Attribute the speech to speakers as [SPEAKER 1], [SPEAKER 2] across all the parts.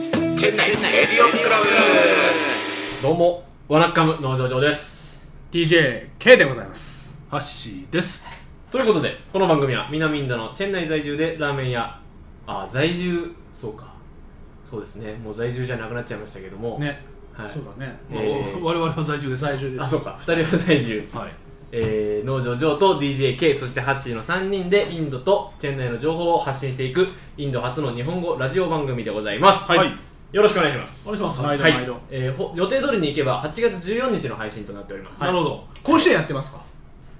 [SPEAKER 1] エリオンクラブ
[SPEAKER 2] どうも、ワナッカム農場長です。
[SPEAKER 3] DJK でございます
[SPEAKER 2] ハッシーです。ということで、この番組は南インドのチェン内在住でラーメン屋、あ、在住、そうか。そうですね、もう在住じゃなくなっちゃいましたけども。
[SPEAKER 3] ね、
[SPEAKER 2] はい
[SPEAKER 3] そうだね
[SPEAKER 2] えー
[SPEAKER 1] 我々は在住です
[SPEAKER 3] 在住です
[SPEAKER 2] あ、そうか、二人は在住。
[SPEAKER 1] はい
[SPEAKER 2] えー、農場長と DJK、そしてハッシーの3人でインドとチェン内の情報を発信していく、インド初の日本語ラジオ番組でございます。
[SPEAKER 1] はい
[SPEAKER 2] よろしくお願いします。
[SPEAKER 1] お願いします
[SPEAKER 3] 毎度
[SPEAKER 2] はい
[SPEAKER 3] 毎度、
[SPEAKER 2] えーほ予定通りに行けば8月14日の配信となっております。
[SPEAKER 1] なるほど
[SPEAKER 3] 甲子園やってますか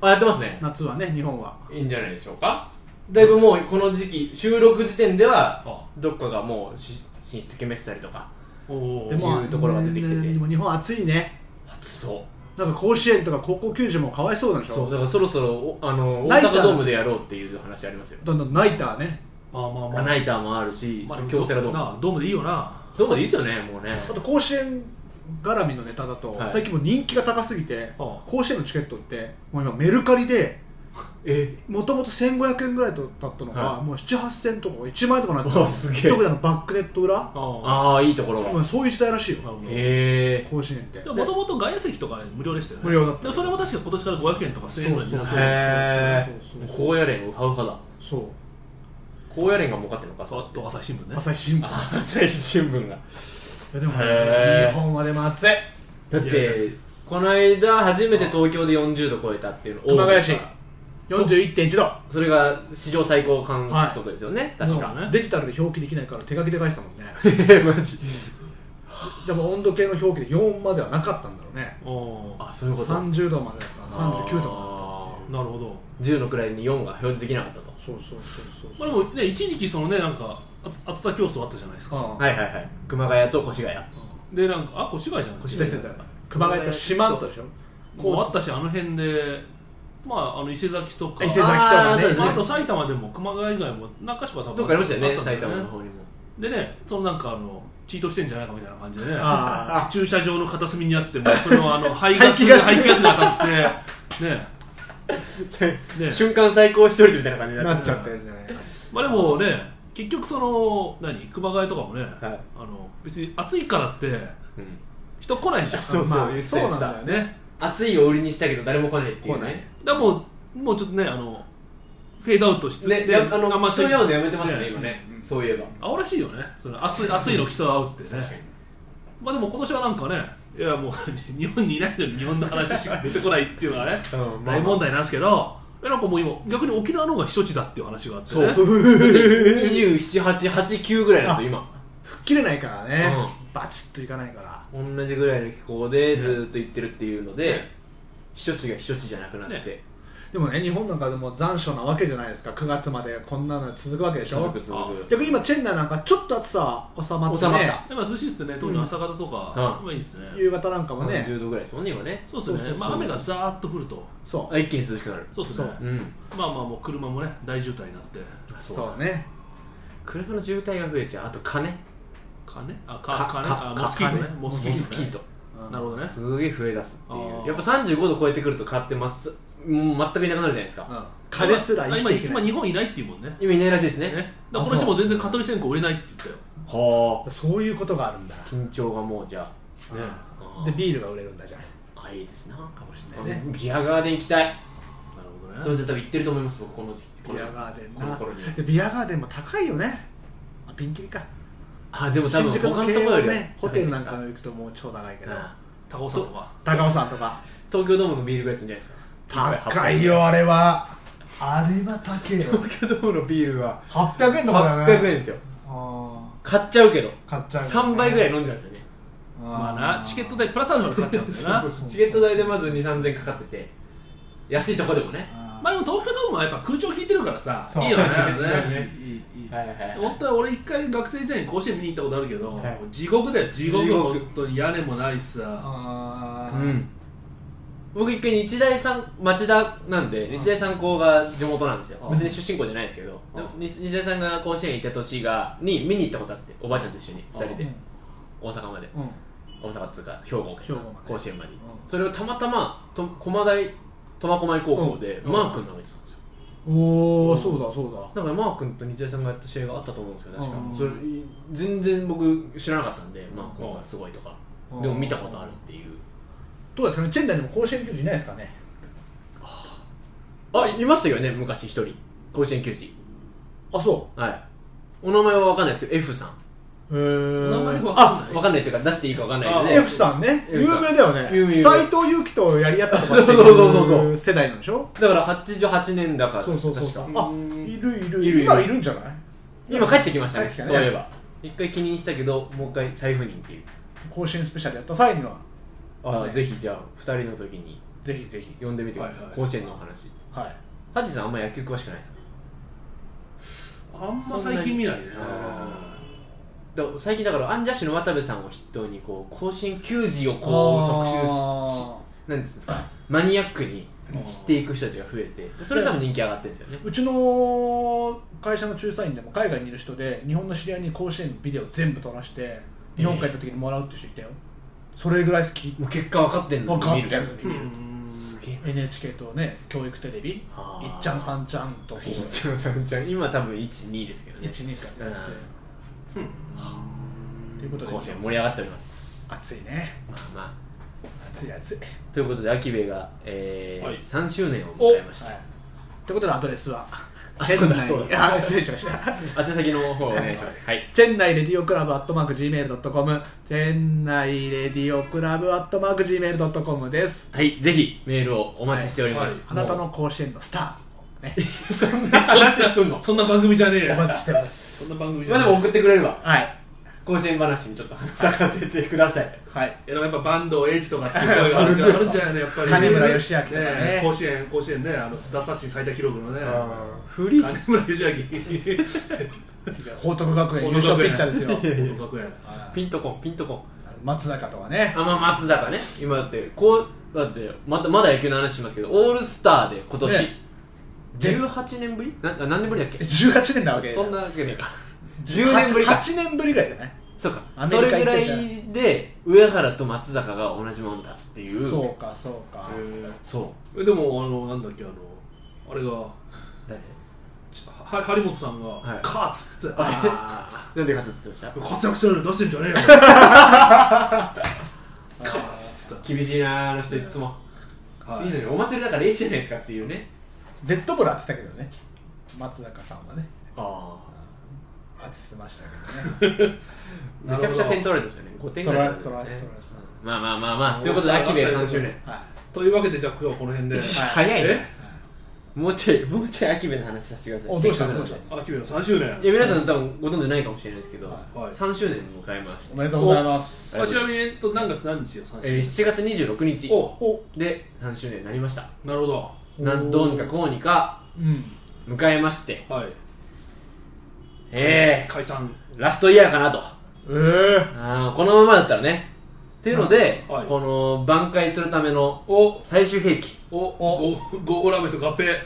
[SPEAKER 2] あ、やってますね。
[SPEAKER 3] 夏はね日本はい
[SPEAKER 2] いんじゃないでしょうかだいぶもうこの時期収録時点では
[SPEAKER 1] あ
[SPEAKER 2] どっかがもうし品質決めてたりとか
[SPEAKER 1] おお
[SPEAKER 3] でも
[SPEAKER 2] いうところが出てきてて
[SPEAKER 3] ねでも日本暑いね
[SPEAKER 2] 暑そう
[SPEAKER 3] なんか甲子園とか高校球児もかわいそうなんでしょ
[SPEAKER 2] そうだからそろそろおあの大
[SPEAKER 3] ナイター
[SPEAKER 2] 阪ドームでやろうっていう話ありますよ
[SPEAKER 3] どんどんナイターね
[SPEAKER 1] まあまあまあ
[SPEAKER 2] ナイターもあるし
[SPEAKER 1] まあ
[SPEAKER 2] 京セラドーム
[SPEAKER 1] なあドームでいいよな
[SPEAKER 2] ドームでいいっすよねもうね
[SPEAKER 3] あと甲子園絡みのネタだと、
[SPEAKER 2] はい
[SPEAKER 3] 最近もう人気が高すぎて、
[SPEAKER 1] あ
[SPEAKER 3] 甲子園のチケットってもう今メルカリで
[SPEAKER 2] え
[SPEAKER 3] もともと1500円ぐらいだったのが、
[SPEAKER 2] は
[SPEAKER 3] もう78000とか1万円とかになっ
[SPEAKER 2] うわ
[SPEAKER 3] て
[SPEAKER 2] すげえ
[SPEAKER 3] 特にあのバックネット裏
[SPEAKER 1] あ
[SPEAKER 2] ああいいところが
[SPEAKER 3] 今そういう時代らしいよ
[SPEAKER 2] へえ
[SPEAKER 3] 甲子園って
[SPEAKER 1] もともと外野席とかね無料でしたよね
[SPEAKER 3] 無料だった
[SPEAKER 1] でもそれも確か今年から500円とか1000円ぐらいになって
[SPEAKER 3] そう
[SPEAKER 2] へ
[SPEAKER 3] そうそう
[SPEAKER 2] え
[SPEAKER 3] そうそう
[SPEAKER 2] 高野連ウハウハだ
[SPEAKER 3] そ
[SPEAKER 2] 高野連が儲かってるの か
[SPEAKER 1] そうあと朝日新聞
[SPEAKER 3] う
[SPEAKER 1] ね
[SPEAKER 3] 朝日新聞
[SPEAKER 2] あ朝日新聞が
[SPEAKER 3] いやでも
[SPEAKER 2] へー
[SPEAKER 3] ね日本はでも暑い
[SPEAKER 2] だってこの間初めて東京で40度超えたっていうの
[SPEAKER 3] 熊谷市41.1度
[SPEAKER 2] それが史上最高観測ですよね、確か
[SPEAKER 1] ね
[SPEAKER 3] デジタルで表記できないから手書きで書いて たもんね
[SPEAKER 2] マジ
[SPEAKER 3] でも温度計の表記で4まではなかったんだろうね
[SPEAKER 1] おお
[SPEAKER 2] あそういうこと
[SPEAKER 3] 30度までだったら39度ま
[SPEAKER 1] なるほど
[SPEAKER 2] 10の位に4が表示できなかったと
[SPEAKER 3] でそうそうそう
[SPEAKER 1] まあ
[SPEAKER 3] そう
[SPEAKER 1] でもね一時期そのねなんか暑暑さ競争あったじゃないですか
[SPEAKER 3] ああ
[SPEAKER 2] はいはいはい熊谷と越谷
[SPEAKER 1] でなんかあ越谷じゃない
[SPEAKER 3] 出てたよ熊谷と四万十でしょ
[SPEAKER 1] もうあったしあの辺でまああの伊勢崎とか
[SPEAKER 3] 伊勢崎と
[SPEAKER 2] あーそ
[SPEAKER 3] か
[SPEAKER 2] う
[SPEAKER 3] ね
[SPEAKER 2] で
[SPEAKER 3] 伊
[SPEAKER 2] す
[SPEAKER 3] 勢
[SPEAKER 1] まあ、あ
[SPEAKER 3] 崎
[SPEAKER 1] と埼玉でも熊谷以外も何か所か多分
[SPEAKER 2] どっかありましたよ
[SPEAKER 1] っ
[SPEAKER 2] ね
[SPEAKER 1] たんだ
[SPEAKER 2] 埼玉の方にも
[SPEAKER 1] でねそのなんかあのチートしてんじゃないかみたいな感じでね
[SPEAKER 3] あ
[SPEAKER 1] 駐車場の片隅にあってもそれをあ の排ガス
[SPEAKER 3] 排気
[SPEAKER 1] が
[SPEAKER 3] ガス
[SPEAKER 1] 排気ガスが当たってねね
[SPEAKER 2] 瞬間最高視聴率みたいな感じ
[SPEAKER 3] あ
[SPEAKER 2] にな
[SPEAKER 3] な
[SPEAKER 2] っ
[SPEAKER 3] ってちゃってるんじゃないか
[SPEAKER 1] まあでもね結局その何熊谷とかもね、あの別に暑いからって
[SPEAKER 2] うん
[SPEAKER 1] 人来ないじゃん
[SPEAKER 2] そうそう
[SPEAKER 3] まあ
[SPEAKER 2] 言ってた
[SPEAKER 3] そうなんだよね
[SPEAKER 1] ね
[SPEAKER 2] 暑いを売りにしたけど誰も来ないっていう
[SPEAKER 3] 来ない
[SPEAKER 2] ね
[SPEAKER 1] だからもうもうちょっとねあのフェードアウトしつつ
[SPEAKER 2] ねやあの
[SPEAKER 1] んま
[SPEAKER 2] 競い合うのやめてますね
[SPEAKER 1] ね
[SPEAKER 2] 今ね、
[SPEAKER 3] うん
[SPEAKER 2] そういえば
[SPEAKER 1] 青らしいよねその暑い暑いの競い合うってねまあでも今年はなんかねいやもう日本にいないのに日本の話しか出てこないっていうのはね
[SPEAKER 2] うんまあまあ
[SPEAKER 1] 大問題なんですけどえなんかもう今逆に沖縄の方が避暑地だっていう話があって
[SPEAKER 2] そう
[SPEAKER 1] ね
[SPEAKER 2] 27889ぐらいなんですよ今
[SPEAKER 3] 吹っ切れないからね
[SPEAKER 2] う
[SPEAKER 3] バチッといかないから
[SPEAKER 2] 同じぐらいの気候でずーっと行ってるっていうので、避暑地が避暑地じゃなくなって、
[SPEAKER 1] ね
[SPEAKER 3] でもね日本なんかでも残暑なわけじゃないですか9月までこんなの続くわけでしょ
[SPEAKER 2] 続く続く
[SPEAKER 3] 逆に今チェンナイなんかちょっと暑さ収まって
[SPEAKER 2] 収まっ
[SPEAKER 3] ね
[SPEAKER 2] た
[SPEAKER 1] 今涼しいっすね特に朝方とか、
[SPEAKER 2] うん
[SPEAKER 1] まあいいっすね
[SPEAKER 3] 夕方なんかもね
[SPEAKER 2] 30度ぐらいですもんね今ね
[SPEAKER 1] そうっすね
[SPEAKER 3] そうそうそう
[SPEAKER 1] まあ雨がザーッと降ると
[SPEAKER 3] そ
[SPEAKER 2] あ一気に涼しくなる
[SPEAKER 1] そうっすね
[SPEAKER 2] う、ん
[SPEAKER 1] まあまあもう車もね大渋滞になって
[SPEAKER 2] あ
[SPEAKER 3] う
[SPEAKER 2] そう
[SPEAKER 3] そうね
[SPEAKER 2] 車の渋滞が増えちゃうあと金
[SPEAKER 1] 金あ
[SPEAKER 2] か
[SPEAKER 1] か金
[SPEAKER 2] か
[SPEAKER 1] あモスキートね
[SPEAKER 3] か
[SPEAKER 1] モスキー
[SPEAKER 2] モ
[SPEAKER 1] トね
[SPEAKER 2] スキート
[SPEAKER 3] うん
[SPEAKER 1] なるほどね
[SPEAKER 2] すげえ増え出すってい
[SPEAKER 1] あ
[SPEAKER 2] う
[SPEAKER 1] ー
[SPEAKER 2] やっぱ35度超えてくると蚊ってますもう全くいなくなるじゃないですか、
[SPEAKER 3] うん彼すら生きていけ
[SPEAKER 1] 今
[SPEAKER 3] な
[SPEAKER 1] 今
[SPEAKER 3] い
[SPEAKER 1] 日本いないっていうもんね
[SPEAKER 2] 今いないらしいですね
[SPEAKER 1] ねだからこの人も全然蚊取り線香売れないって言ったよ
[SPEAKER 2] はあ
[SPEAKER 3] そういうことがあるんだ
[SPEAKER 2] 緊張がもうじゃ
[SPEAKER 1] ね
[SPEAKER 2] あ
[SPEAKER 3] でビールが売れるんだじゃん
[SPEAKER 2] あーいいですなかもし
[SPEAKER 3] れないね
[SPEAKER 2] ビアガーデン行きたい
[SPEAKER 1] なるほどね
[SPEAKER 2] それ絶対行ってると思います僕この時期この
[SPEAKER 3] ビ
[SPEAKER 2] 時
[SPEAKER 3] ア
[SPEAKER 2] 期
[SPEAKER 3] ガーデン
[SPEAKER 2] この
[SPEAKER 3] な
[SPEAKER 2] 頃に
[SPEAKER 3] でビアガーデンも高いよねあピンキリか
[SPEAKER 2] あでも多分
[SPEAKER 3] 新宿
[SPEAKER 2] 他
[SPEAKER 3] の
[SPEAKER 2] の
[SPEAKER 3] 経
[SPEAKER 2] ところ
[SPEAKER 3] 営
[SPEAKER 2] より
[SPEAKER 3] の
[SPEAKER 2] は
[SPEAKER 3] ねホテルなんかの行くともう超高いけど
[SPEAKER 2] あ
[SPEAKER 1] 高尾さんとか
[SPEAKER 3] 高尾山とか
[SPEAKER 2] 東京ドームのビールぐらいするんじゃないですか
[SPEAKER 3] 高いよあれはあれは高いよ
[SPEAKER 2] 東京ドームのビールは
[SPEAKER 3] 800円とかだよね
[SPEAKER 2] 800円ですよ
[SPEAKER 3] あ
[SPEAKER 2] 買っちゃうけど
[SPEAKER 3] ー買っちゃうよね
[SPEAKER 2] 3倍ぐらい飲んじゃうんですよね
[SPEAKER 1] まあなチケット
[SPEAKER 3] で
[SPEAKER 1] 代プラスアルファで買っちゃうんだよな
[SPEAKER 3] そうそうそう
[SPEAKER 2] チケット代でまず2 3 0 0 0かかってて安いとこでもね
[SPEAKER 1] まあでも東京ドームはやっぱ空調引いてるからさ
[SPEAKER 3] そう
[SPEAKER 1] いいよね
[SPEAKER 3] いい
[SPEAKER 1] ね
[SPEAKER 3] いいいい
[SPEAKER 2] はいはいはい
[SPEAKER 1] 本当は俺一回学生時代に甲子園見に行ったことあるけど、
[SPEAKER 2] はい
[SPEAKER 1] もう地獄だよ地獄
[SPEAKER 2] 地獄
[SPEAKER 1] 本当に屋根もないしさ
[SPEAKER 3] あ
[SPEAKER 2] う
[SPEAKER 3] ー
[SPEAKER 2] ん僕一回日大三町田なんで日大三高が地元なんですよ
[SPEAKER 1] うん
[SPEAKER 2] 別に出身校じゃないですけど
[SPEAKER 1] うん
[SPEAKER 2] でも日日大さんが甲子園行った年がに見に行ったことあっておばあちゃんと一緒に2人
[SPEAKER 3] うん
[SPEAKER 2] で大阪まで
[SPEAKER 3] うん
[SPEAKER 2] 大阪っつうか兵庫
[SPEAKER 3] 兵
[SPEAKER 2] 県
[SPEAKER 3] 庫まで
[SPEAKER 2] 甲子園まで
[SPEAKER 3] うん
[SPEAKER 2] それをたまたまと駒大苫小牧高校で
[SPEAKER 3] うん
[SPEAKER 2] マー君の上にしたんですよ
[SPEAKER 3] おおおそうだそうだ
[SPEAKER 2] なんかマー君と日大さんがやった試合があったと思うんですけど確か
[SPEAKER 3] うん
[SPEAKER 2] それ全然僕知らなかったんでマー君がすごいとか
[SPEAKER 3] うん
[SPEAKER 2] でも見たことあるっていう
[SPEAKER 3] どうですかねチェンダーにも甲子園球児いないですかね
[SPEAKER 2] あいましたよね昔一人甲子園球児
[SPEAKER 3] あそ
[SPEAKER 2] はいお名前は分かんないですけど F さん
[SPEAKER 3] うへえ
[SPEAKER 1] 名前わ
[SPEAKER 2] あ
[SPEAKER 1] かんない
[SPEAKER 2] 分かんないっていうか出していいか分かんないよ
[SPEAKER 1] あ
[SPEAKER 2] ね
[SPEAKER 3] F さんね
[SPEAKER 2] F さ
[SPEAKER 3] 有
[SPEAKER 2] ん
[SPEAKER 3] 名だよね
[SPEAKER 2] 有名有名
[SPEAKER 3] 斎藤佑樹とやり合ったとかってい
[SPEAKER 2] そうそうそうそう
[SPEAKER 3] 世代なんでしょ
[SPEAKER 2] だから88年だから
[SPEAKER 3] そうそうそうそう
[SPEAKER 2] 確か
[SPEAKER 3] あいるいる
[SPEAKER 2] いるいる
[SPEAKER 3] 今いるんじゃない
[SPEAKER 2] 今帰ってきましたね
[SPEAKER 3] 帰ってきたね
[SPEAKER 2] そういえば一回記任したけどもう一回再赴任っていう
[SPEAKER 3] 甲子園スペシャルやった際には
[SPEAKER 2] あ
[SPEAKER 3] ね
[SPEAKER 2] ぜひじゃあ二人の時に
[SPEAKER 3] ぜひぜひ
[SPEAKER 2] 呼んでみてくださ
[SPEAKER 1] はいはいい
[SPEAKER 2] 甲子園のお話
[SPEAKER 3] はい
[SPEAKER 2] ハジさんあんま野球詳しくないですか
[SPEAKER 1] あんま最近見ないね
[SPEAKER 2] だから最近だからアンジャッシュの渡部さんを筆頭にこう甲子園球児をこう特集ししなんていうんですかマニアックに知っていく人たちが増えてそれ多分人気上がってるんですよね
[SPEAKER 3] うちの会社の仲裁員でも海外にいる人で日本の知り合いに甲子園のビデオ全部撮らして日本帰った時にもらうって人いたよ、それぐらい好き
[SPEAKER 2] もう結果分かってんの
[SPEAKER 3] 分
[SPEAKER 2] に
[SPEAKER 3] かって
[SPEAKER 2] 見
[SPEAKER 3] る
[SPEAKER 1] う
[SPEAKER 3] 見る
[SPEAKER 1] ん
[SPEAKER 2] すげえな
[SPEAKER 3] NHK とね教育テレビいっ
[SPEAKER 2] あー
[SPEAKER 3] ちゃんさんちゃんとこう
[SPEAKER 2] いっちゃんさんちゃん今多分12ですけどね
[SPEAKER 3] 一二回やってということで
[SPEAKER 2] 甲子園盛り上がっております
[SPEAKER 3] 暑いね
[SPEAKER 2] まあまあ
[SPEAKER 3] 暑い暑い
[SPEAKER 2] ということで秋兵衛が、えー
[SPEAKER 1] はい
[SPEAKER 2] 3周年を迎えました、
[SPEAKER 3] ということでアドレスは
[SPEAKER 2] あ
[SPEAKER 3] チェ
[SPEAKER 2] そう
[SPEAKER 3] ン
[SPEAKER 2] だ
[SPEAKER 3] ナイ
[SPEAKER 2] そうだ
[SPEAKER 3] あー失礼し ました
[SPEAKER 2] 宛先の方お願いしますはい
[SPEAKER 3] チェンナイレディオクラブアットマーク Gmail.com チェンナイレディオクラブアットマーク Gmail.com です
[SPEAKER 2] はい、ぜひメールをお待ちしております。
[SPEAKER 3] あなたの甲子園のスター、ね、
[SPEAKER 2] そんな話すんの。
[SPEAKER 1] そんな番組じゃねえ
[SPEAKER 3] お
[SPEAKER 1] よ
[SPEAKER 3] 待ちし てます。
[SPEAKER 1] そんな番組じ
[SPEAKER 2] ま
[SPEAKER 1] ゃ
[SPEAKER 2] あ
[SPEAKER 1] ね
[SPEAKER 2] で
[SPEAKER 1] え
[SPEAKER 2] も送ってくれれば
[SPEAKER 3] はい。
[SPEAKER 2] 甲子園話にちょっと話させてください。
[SPEAKER 3] はい。
[SPEAKER 1] いやでもやっぱ坂東英二とかっていう声があるじゃんあるんじゃないのやっぱり
[SPEAKER 3] 金村義明とかね
[SPEAKER 1] え甲子園甲子園ねあの奪三振最多記録のね
[SPEAKER 2] フリー
[SPEAKER 1] 金村義明
[SPEAKER 3] 報徳学園優勝ピッチャ ーですよ。
[SPEAKER 1] 報徳学園
[SPEAKER 3] はい
[SPEAKER 2] ピンとこん、ピンとこん。
[SPEAKER 3] 松坂とかね。
[SPEAKER 2] あ、まあ松坂ね。今だって、こう、だって、また、まだ野球の話しますけど、オールスターで今年、
[SPEAKER 3] ねで
[SPEAKER 2] 18年ぶりな、な何年ぶりだっけ
[SPEAKER 3] 18年なわけ。
[SPEAKER 2] そんなわけねえか。10年ぶりか。
[SPEAKER 3] 8年ぶりぐらいじゃない
[SPEAKER 2] そうか
[SPEAKER 3] ア。メ
[SPEAKER 2] そ
[SPEAKER 3] リ
[SPEAKER 2] れ
[SPEAKER 3] カ行
[SPEAKER 2] ぐ
[SPEAKER 3] っ
[SPEAKER 2] ら
[SPEAKER 3] てんだ
[SPEAKER 2] いで、上原と松坂が同じものに立つっていう。
[SPEAKER 3] そうか、そうか。
[SPEAKER 2] そ
[SPEAKER 1] えでもあのなんだっけあのあれが
[SPEAKER 2] う。誰
[SPEAKER 1] ちは張本さんが
[SPEAKER 2] はい
[SPEAKER 1] 「カー」っつってて
[SPEAKER 3] あ
[SPEAKER 2] なんで勝つって言ってまし
[SPEAKER 1] 活躍してるのに出してんじゃね えよカー」っつって
[SPEAKER 2] た厳しいなあの人いつも。
[SPEAKER 1] たはい
[SPEAKER 2] いいのよお祭りだからいいじゃないですかっていうね
[SPEAKER 3] ーデッドボール当てたけどね。松坂さんはね。
[SPEAKER 2] あ
[SPEAKER 3] 当ててましたけどね。
[SPEAKER 2] めちゃくちゃ点取られてましたね5点ぐらい
[SPEAKER 3] 取られ
[SPEAKER 2] ましたね
[SPEAKER 3] て取られて
[SPEAKER 2] まあまあまあまあということで秋兵衛3周年
[SPEAKER 3] は
[SPEAKER 1] というわけでじゃあ今日はこの辺で
[SPEAKER 2] 早いね
[SPEAKER 1] え
[SPEAKER 2] もうちょいもうちょい秋兵衛の話させてください
[SPEAKER 3] おどうした
[SPEAKER 2] せっかくな
[SPEAKER 3] どうん
[SPEAKER 2] で
[SPEAKER 3] した
[SPEAKER 1] 秋部の3周
[SPEAKER 2] い
[SPEAKER 1] 年
[SPEAKER 2] や皆さん多分ご存知ないかもしれないですけど、
[SPEAKER 3] は
[SPEAKER 1] はい
[SPEAKER 2] 3周年を迎えまし
[SPEAKER 3] い。お
[SPEAKER 2] た
[SPEAKER 3] めでとうございます。
[SPEAKER 1] あちなみにえっと何月何日よ
[SPEAKER 2] えー
[SPEAKER 1] 3周
[SPEAKER 2] 7月26
[SPEAKER 1] 年
[SPEAKER 2] 日
[SPEAKER 1] お
[SPEAKER 3] お、
[SPEAKER 2] で3周年になりました
[SPEAKER 1] なるほど
[SPEAKER 2] なんどうにかこうにか
[SPEAKER 3] うん。
[SPEAKER 2] 迎えまして
[SPEAKER 1] はい
[SPEAKER 2] え
[SPEAKER 1] 解散
[SPEAKER 2] ー、ラストイヤーかなと
[SPEAKER 3] ええ。
[SPEAKER 2] あーこのままだったらねっていうので、
[SPEAKER 1] はい
[SPEAKER 2] この挽回するための
[SPEAKER 1] お
[SPEAKER 2] 最終兵器
[SPEAKER 1] おおゴーラメと合併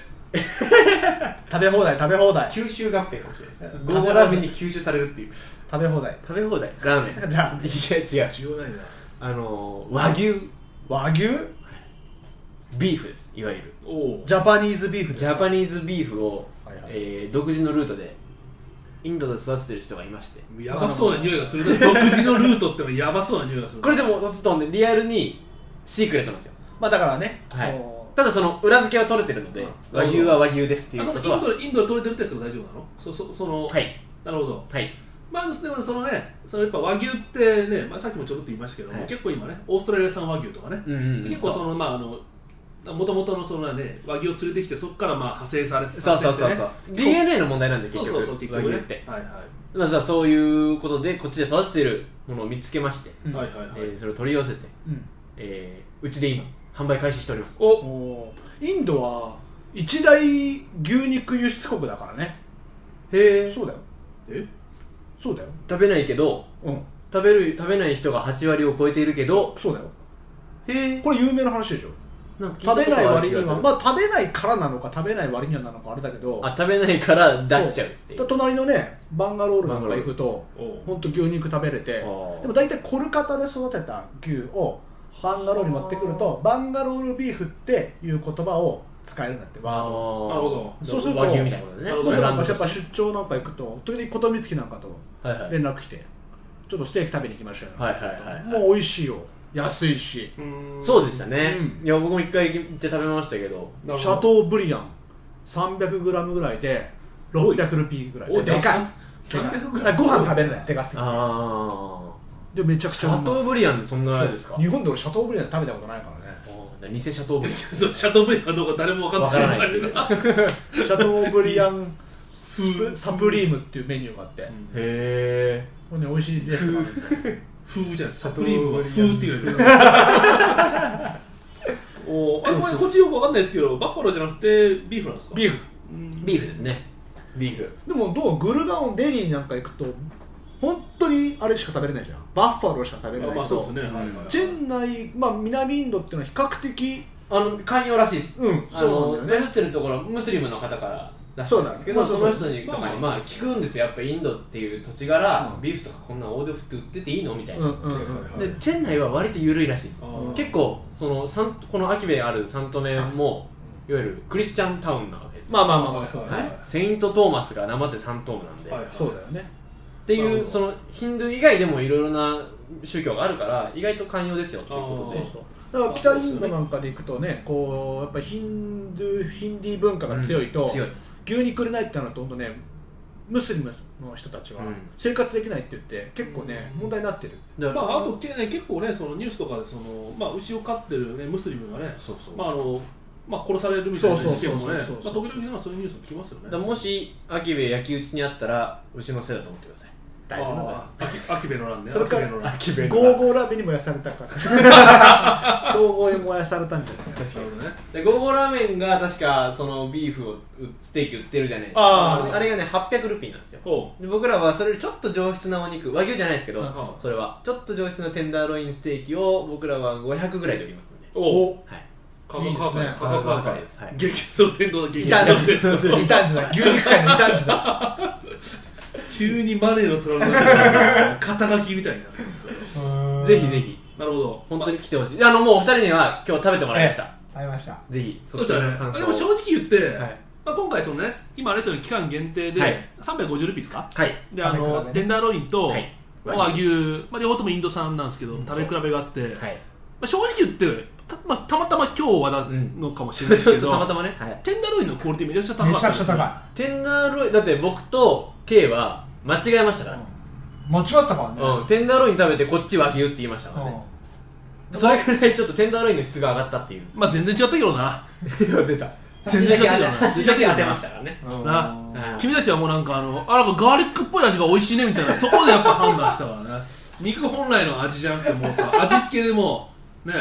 [SPEAKER 3] 食べ放題、食べ放題。
[SPEAKER 2] 吸収合併かもしれないですね
[SPEAKER 3] 食べ
[SPEAKER 2] ゴー
[SPEAKER 3] 放題
[SPEAKER 2] ゴーラーメンに吸収されるっていう
[SPEAKER 3] 食べ放題。
[SPEAKER 2] 食べ放題ラーメン
[SPEAKER 3] ラーメ
[SPEAKER 2] いや違う
[SPEAKER 1] 需要ないな
[SPEAKER 2] あのー和牛
[SPEAKER 3] 和牛
[SPEAKER 2] ビーフですいわゆる
[SPEAKER 1] おお
[SPEAKER 3] ジャパニーズビーフ
[SPEAKER 2] ジャパニーズビーフを、
[SPEAKER 3] はいはい
[SPEAKER 2] えー独自のルートでインドで育ててる人がいまして
[SPEAKER 1] やばそうな匂いがするね独自のルートってのはやばそうな匂いがする
[SPEAKER 2] これでもちょっとねリアルにシークレットなんですよ、
[SPEAKER 3] まあだからね、
[SPEAKER 2] はい
[SPEAKER 3] こ、う
[SPEAKER 2] ただその裏付けは取れてるので
[SPEAKER 3] うん
[SPEAKER 2] 和牛は和牛ですってい
[SPEAKER 1] あ
[SPEAKER 2] う
[SPEAKER 1] その
[SPEAKER 2] こと
[SPEAKER 1] イン
[SPEAKER 2] は
[SPEAKER 1] ドでインドで取れてるってやつも大丈夫なのそそその、
[SPEAKER 2] はい
[SPEAKER 1] なるほど
[SPEAKER 2] はい
[SPEAKER 1] まあでもそのねそのやっぱ和牛ってね、まあ、さっきもちょろっと言いましたけど、
[SPEAKER 2] はい
[SPEAKER 1] 結構今ねオーストラリア産和牛とかね、
[SPEAKER 2] うんうんうん
[SPEAKER 1] 結構そのまああのもともとのその、ね、和牛を連れてきてそこからまあ派生されて
[SPEAKER 2] そうそうそうそう
[SPEAKER 1] させてね
[SPEAKER 2] DNA の問題なんで結
[SPEAKER 1] そう
[SPEAKER 2] 局
[SPEAKER 1] そうそう結
[SPEAKER 2] 和
[SPEAKER 1] 局
[SPEAKER 2] 牛
[SPEAKER 1] ね
[SPEAKER 2] って
[SPEAKER 1] はいはい、
[SPEAKER 2] まずはそういうことでこっちで育ててるものを見つけまして、
[SPEAKER 3] うん
[SPEAKER 1] はいはい
[SPEAKER 2] え
[SPEAKER 1] はい、
[SPEAKER 2] ーそれを取り寄せて
[SPEAKER 3] うん
[SPEAKER 2] えーうちで今販売開始しております
[SPEAKER 1] お
[SPEAKER 3] おーインドは一大牛肉輸出国だからね
[SPEAKER 2] へ
[SPEAKER 3] そうだよ
[SPEAKER 1] え
[SPEAKER 3] そうだよ
[SPEAKER 2] 食べないけど
[SPEAKER 3] うん
[SPEAKER 2] 食べる食べない人が8割を超えているけど
[SPEAKER 3] そうだよ
[SPEAKER 2] へえ
[SPEAKER 3] これ有名な話でしょ食べない割にはまあ食べないからなのか食べない割にはなのかあれだけど
[SPEAKER 2] あ食べないから出しちゃうってい
[SPEAKER 3] だ
[SPEAKER 2] う
[SPEAKER 3] 隣のねバンガロールなんか行くと
[SPEAKER 1] おう
[SPEAKER 3] 本当牛肉食べれてで
[SPEAKER 2] あー
[SPEAKER 3] も大体コルカタで育てた牛をバンガロールに持ってくるとバンガロールビーフっていう言葉を使えるんだってワードを
[SPEAKER 1] なるほど
[SPEAKER 3] そうすると
[SPEAKER 2] 和牛みたいなことね
[SPEAKER 1] なるほど
[SPEAKER 3] 僕ら
[SPEAKER 2] ブラ
[SPEAKER 3] なん
[SPEAKER 2] ン
[SPEAKER 3] か
[SPEAKER 2] ド
[SPEAKER 3] やっ
[SPEAKER 2] と
[SPEAKER 3] ぱ
[SPEAKER 2] し
[SPEAKER 3] 出張なんか行くと時々琴美月なんかと
[SPEAKER 2] てはいはい
[SPEAKER 3] 連絡来てちょっとステーキ食べに行きましょうよ、
[SPEAKER 2] はいはいはい
[SPEAKER 3] もう美味しいよ安いし
[SPEAKER 1] うん
[SPEAKER 2] そうでしたね、
[SPEAKER 3] うん
[SPEAKER 2] いや僕も一回行って食べましたけ
[SPEAKER 1] な
[SPEAKER 2] ど
[SPEAKER 1] るほど
[SPEAKER 3] シャトーブリアン 300g ぐらいで600ルピーぐらい
[SPEAKER 1] お
[SPEAKER 3] で
[SPEAKER 1] い
[SPEAKER 3] でかい
[SPEAKER 1] 300
[SPEAKER 3] でかい
[SPEAKER 1] 300
[SPEAKER 3] だからご飯食べれないでかすぎ
[SPEAKER 2] あ
[SPEAKER 3] て
[SPEAKER 2] あ
[SPEAKER 3] でめちゃく
[SPEAKER 2] シ
[SPEAKER 3] ちゃうま
[SPEAKER 2] ャ
[SPEAKER 3] い
[SPEAKER 2] トーブリアンでそんなですか
[SPEAKER 3] 日本で俺シャトーブリアン食べたことないからね
[SPEAKER 2] あーじゃあ偽シャトーブリア
[SPEAKER 1] そうシャトーブリアンかどうか誰も分かって
[SPEAKER 2] わからない
[SPEAKER 1] ですな
[SPEAKER 3] シャトーブリアンス
[SPEAKER 1] う
[SPEAKER 3] プ
[SPEAKER 1] ん
[SPEAKER 3] サプリームっていうメニューがあって、
[SPEAKER 1] ん
[SPEAKER 2] ンへえ
[SPEAKER 3] これね美味しいレストランなんで
[SPEAKER 1] 風じゃないサ
[SPEAKER 2] ト
[SPEAKER 1] プ
[SPEAKER 2] ーブ
[SPEAKER 1] リ
[SPEAKER 2] リア
[SPEAKER 1] ー
[SPEAKER 2] ン
[SPEAKER 1] ムは風って言われてるおーあれこれこっちよく分かんないですけどバッファローじゃなくてビーフなんですか
[SPEAKER 3] ビーフ
[SPEAKER 1] うん
[SPEAKER 2] ビーフですねビーフ
[SPEAKER 3] でもどうグルガオンデリーなんか行くと本当にあれしか食べれないじゃんバッファローしか食べれない
[SPEAKER 1] あ
[SPEAKER 3] けど、
[SPEAKER 1] まあそうですね、
[SPEAKER 2] ん
[SPEAKER 1] はいはいはい
[SPEAKER 3] チェンナイ、まあ、南インドっていうのは比較的
[SPEAKER 2] あの寛容らしいです
[SPEAKER 3] うん
[SPEAKER 2] あ
[SPEAKER 3] そうな
[SPEAKER 2] の
[SPEAKER 3] んだ
[SPEAKER 2] 出
[SPEAKER 3] よね
[SPEAKER 2] してるところムスリムの方から出してるんですけど
[SPEAKER 3] そ
[SPEAKER 2] そう
[SPEAKER 3] なん
[SPEAKER 2] の
[SPEAKER 3] です
[SPEAKER 2] 人にとかに
[SPEAKER 1] まあ
[SPEAKER 2] まあ聞くんですよやっぱインドっていう土地柄、
[SPEAKER 3] うん
[SPEAKER 2] ビーフとかこんなオードフって売ってていいのみたいな、
[SPEAKER 3] うんうんうんうん
[SPEAKER 2] でチェン内は割と緩いらしいです
[SPEAKER 1] あ
[SPEAKER 3] う
[SPEAKER 1] ー
[SPEAKER 3] ん
[SPEAKER 2] 結構そのサンこの秋部にあるサントメもいわゆるクリスチャンタウンなわけですよ
[SPEAKER 3] まあまあまあまあそうだ
[SPEAKER 1] は
[SPEAKER 3] ね、
[SPEAKER 1] い
[SPEAKER 2] セイント・トーマスが生ってサントームなんで、
[SPEAKER 1] はい
[SPEAKER 2] っ
[SPEAKER 3] そうだよね
[SPEAKER 2] て
[SPEAKER 1] なる
[SPEAKER 2] い
[SPEAKER 1] ほ
[SPEAKER 2] う
[SPEAKER 1] ど
[SPEAKER 2] そのヒンドゥー以外でもいろいろな宗教があるから意外と寛容ですよっていうこと
[SPEAKER 1] あ
[SPEAKER 2] で
[SPEAKER 1] ーそう
[SPEAKER 3] だから北インドなんかで行くとねこうやっぱヒンドゥーヒンディー文化が強いと、
[SPEAKER 2] うん強い
[SPEAKER 3] 牛肉くれないってなると本当ねムスリムの人たちは
[SPEAKER 2] うん
[SPEAKER 3] 生活できないって言って結構ね、
[SPEAKER 1] うん
[SPEAKER 3] 問題になってる
[SPEAKER 2] だか
[SPEAKER 1] ま
[SPEAKER 2] ら
[SPEAKER 1] あ、あと、ね、結構ねそのニュースとかでその、まあ、牛を飼ってる、ね、ムスリムがね、
[SPEAKER 2] そうそう、
[SPEAKER 1] まああのまあ、殺されるみたいな
[SPEAKER 3] そうそう
[SPEAKER 1] 事件もねまあ
[SPEAKER 3] そうそうそう
[SPEAKER 1] 時々まあそういうニュースも聞きますよね
[SPEAKER 2] だからもし秋部焼き討ちにあったら牛のせいだと思ってください
[SPEAKER 3] 大丈夫だよ
[SPEAKER 1] あー秋秋部の乱ね
[SPEAKER 3] それから
[SPEAKER 1] 秋部の乱
[SPEAKER 2] 秋部
[SPEAKER 3] ゴーゴーラーメンに燃やされたからゴーゴーに燃やされたんじゃないか
[SPEAKER 1] なるほどね
[SPEAKER 2] でゴーゴーラーメンが確かそのビーフをうステーキ売ってるじゃないですか
[SPEAKER 3] あー
[SPEAKER 2] れがね800ルピーなんですよ
[SPEAKER 1] おう
[SPEAKER 2] で僕らはそれよりちょっと上質なお肉和牛じゃないですけど、
[SPEAKER 3] うん
[SPEAKER 2] それはちょっと上質なテンダーロインステーキを僕らは500ぐらいで売りますので、
[SPEAKER 1] おう
[SPEAKER 3] お
[SPEAKER 2] はい、
[SPEAKER 1] 価
[SPEAKER 3] いい
[SPEAKER 1] 格破
[SPEAKER 3] ですね
[SPEAKER 1] 壊価格破壊
[SPEAKER 2] です、はい、
[SPEAKER 1] 激その天道の激
[SPEAKER 3] 異端児だ異端児だ牛肉界の異端児だ
[SPEAKER 1] 急にマネーのトラウマになる肩書きみたいになってますね
[SPEAKER 2] ぜひぜひ
[SPEAKER 1] なるほど
[SPEAKER 2] 本当に来てほしいあのもうお二人には今日食べてもらいました、
[SPEAKER 3] 食べました
[SPEAKER 2] ぜひそ
[SPEAKER 1] そ
[SPEAKER 2] っ
[SPEAKER 1] う
[SPEAKER 2] ち
[SPEAKER 1] した
[SPEAKER 2] の
[SPEAKER 1] らね
[SPEAKER 2] 感
[SPEAKER 1] あ
[SPEAKER 2] 想
[SPEAKER 1] で
[SPEAKER 2] を
[SPEAKER 1] も正直言って、
[SPEAKER 2] はい
[SPEAKER 1] まあ、今回そのね今あれですよね期間限定で、
[SPEAKER 2] はい
[SPEAKER 1] 350ルピーですか
[SPEAKER 2] はい
[SPEAKER 1] であ
[SPEAKER 3] 食べ比
[SPEAKER 1] の
[SPEAKER 3] べね
[SPEAKER 1] テンダーロインと
[SPEAKER 2] はい
[SPEAKER 1] 和牛、まあ、両方ともインド産なんですけど
[SPEAKER 2] ん
[SPEAKER 1] 食べ比べがあって、ま
[SPEAKER 2] はい
[SPEAKER 1] あ、正直言ってた,、まあ、たまたま今日はな
[SPEAKER 2] うん
[SPEAKER 1] のかもしれないです
[SPEAKER 2] ちょ
[SPEAKER 1] け
[SPEAKER 2] っと
[SPEAKER 1] ど、
[SPEAKER 2] たまたまね、はい、
[SPEAKER 1] テンダーロインのクオリティめちゃくちゃ高か
[SPEAKER 3] め
[SPEAKER 1] っ
[SPEAKER 3] ちゃ
[SPEAKER 1] た
[SPEAKER 3] くちゃ高い
[SPEAKER 2] テンダーロインだって僕と K は間違えましたから、
[SPEAKER 3] 間違ってたからね
[SPEAKER 2] うん、テンダーロイン食べてこっち和牛って言いましたからね、それくらいちょっとテンダーロインの質が上がったっていう
[SPEAKER 1] まあ全然違ったけどな
[SPEAKER 2] 出た
[SPEAKER 1] 全然
[SPEAKER 2] 全
[SPEAKER 1] 違
[SPEAKER 2] 然
[SPEAKER 1] うよな
[SPEAKER 2] 足だけ当てましたからね
[SPEAKER 3] うん
[SPEAKER 1] な
[SPEAKER 2] うん
[SPEAKER 1] 君たちはもうなんかあのあなんかガーリックっぽい味が美味しいねみたいなそこでやっぱ判断したから ね肉本来の味じゃなくてもうさ味付けでもうね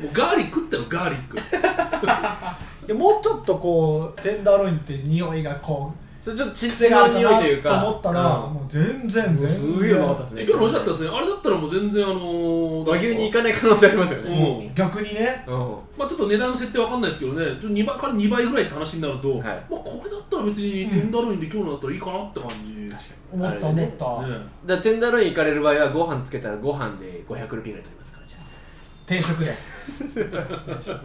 [SPEAKER 1] もうガーリックってのガーリック
[SPEAKER 3] いやもうちょっとこうテンダーロインって匂いがこう
[SPEAKER 2] それちょっと血
[SPEAKER 3] 癖があ
[SPEAKER 2] の
[SPEAKER 3] る
[SPEAKER 2] 匂い
[SPEAKER 3] な
[SPEAKER 2] というか
[SPEAKER 3] と思ったら、
[SPEAKER 2] うん
[SPEAKER 3] もう全然全然
[SPEAKER 2] すげえうまかったですね
[SPEAKER 1] 今日の美味しかったですねあれだったらもう全然あのー
[SPEAKER 2] 和牛に行かない可能性ありますよ
[SPEAKER 1] う
[SPEAKER 2] ね
[SPEAKER 1] ん
[SPEAKER 3] 逆にね
[SPEAKER 2] うん
[SPEAKER 1] まあ、ちょっと値段の設定わかんないですけどね、ちょっと2倍から2倍ぐらいって話になると、
[SPEAKER 2] い
[SPEAKER 1] まあ、これだったら別にテンダーロインで今日のだったらいいかなって感じ。確
[SPEAKER 3] 思った
[SPEAKER 2] あれ
[SPEAKER 3] 思っ
[SPEAKER 2] ね
[SPEAKER 3] た、
[SPEAKER 1] ね、
[SPEAKER 2] だからテンダーロイン行かれる場合はご飯つけたらご飯で500ルピーぐらい取りますからじゃあ
[SPEAKER 3] 定食 で定食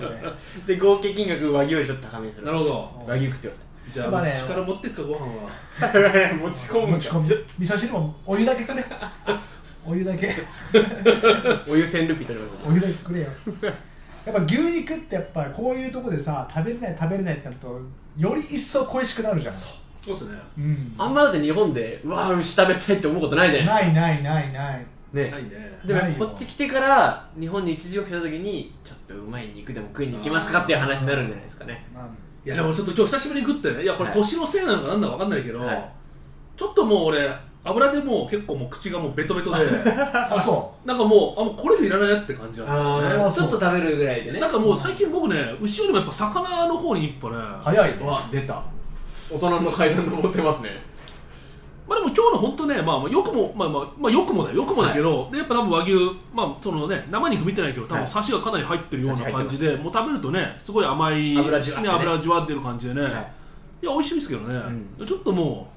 [SPEAKER 3] で
[SPEAKER 2] で合計金額和牛よりちょっと高めにする
[SPEAKER 1] なるほど。
[SPEAKER 2] 和牛食ってくださ
[SPEAKER 1] じゃ
[SPEAKER 3] まあ
[SPEAKER 1] あ、
[SPEAKER 3] ね
[SPEAKER 1] 力持ってっか、ご飯は。
[SPEAKER 2] い 持ち
[SPEAKER 3] 持ち込み味噌汁もお湯だけくれお湯だけ
[SPEAKER 2] お湯1000ルピー取りますよ
[SPEAKER 3] お湯だけくれよやっぱ牛肉ってやっぱこういうとこでさ食べれない食べれないってなるとより一層恋しくなるじゃん
[SPEAKER 1] そうですね。
[SPEAKER 3] うん
[SPEAKER 2] あんまだって日本でうわ牛食べたいって思うことないじゃない
[SPEAKER 3] ないないないない
[SPEAKER 2] ですか
[SPEAKER 1] な
[SPEAKER 2] ね
[SPEAKER 1] いね。
[SPEAKER 2] でもや
[SPEAKER 3] な
[SPEAKER 2] っ
[SPEAKER 3] い
[SPEAKER 2] ぱ
[SPEAKER 3] よ
[SPEAKER 2] こっち来てから日本に一時帰した時にちょっとうまい肉でも食いに行きますかっていう話になるんじゃないですかね
[SPEAKER 3] なん
[SPEAKER 1] いや、でもちょっと今日久しぶりに食ってね、いや、これ
[SPEAKER 2] はい
[SPEAKER 1] 年のせいなのかなんだかわかんないけど、
[SPEAKER 2] はい
[SPEAKER 1] ちょっともう俺、油でもう結構もう口がもうベトベトで、
[SPEAKER 3] あそ
[SPEAKER 1] なんかもう、あ、もうこれでいらないなって感じなんだよね。
[SPEAKER 3] あー
[SPEAKER 2] ちょっと食べるぐらいでね
[SPEAKER 1] なんかもう最近僕ね、牛よりもやっぱ魚の方に一歩ね、
[SPEAKER 3] う早いね
[SPEAKER 2] わ出た大人の階段登ってますね
[SPEAKER 1] まあでも今日の本当ね、まあ、まあよくも、まあまあ、まあ、よくもだよ、よくもだけど、でやっぱ多分和牛、まあそのね、生肉見てないけど、多
[SPEAKER 2] は
[SPEAKER 1] 分
[SPEAKER 2] い
[SPEAKER 1] サシがかなり入ってるような感じ
[SPEAKER 2] サ
[SPEAKER 1] で、もう食べるとね、すごい甘い、
[SPEAKER 2] 油じゅわってね
[SPEAKER 1] ね、油じゅわってる感じでね、
[SPEAKER 2] はい
[SPEAKER 1] い、や、美味しいですけどね、
[SPEAKER 2] う
[SPEAKER 1] ちょっとも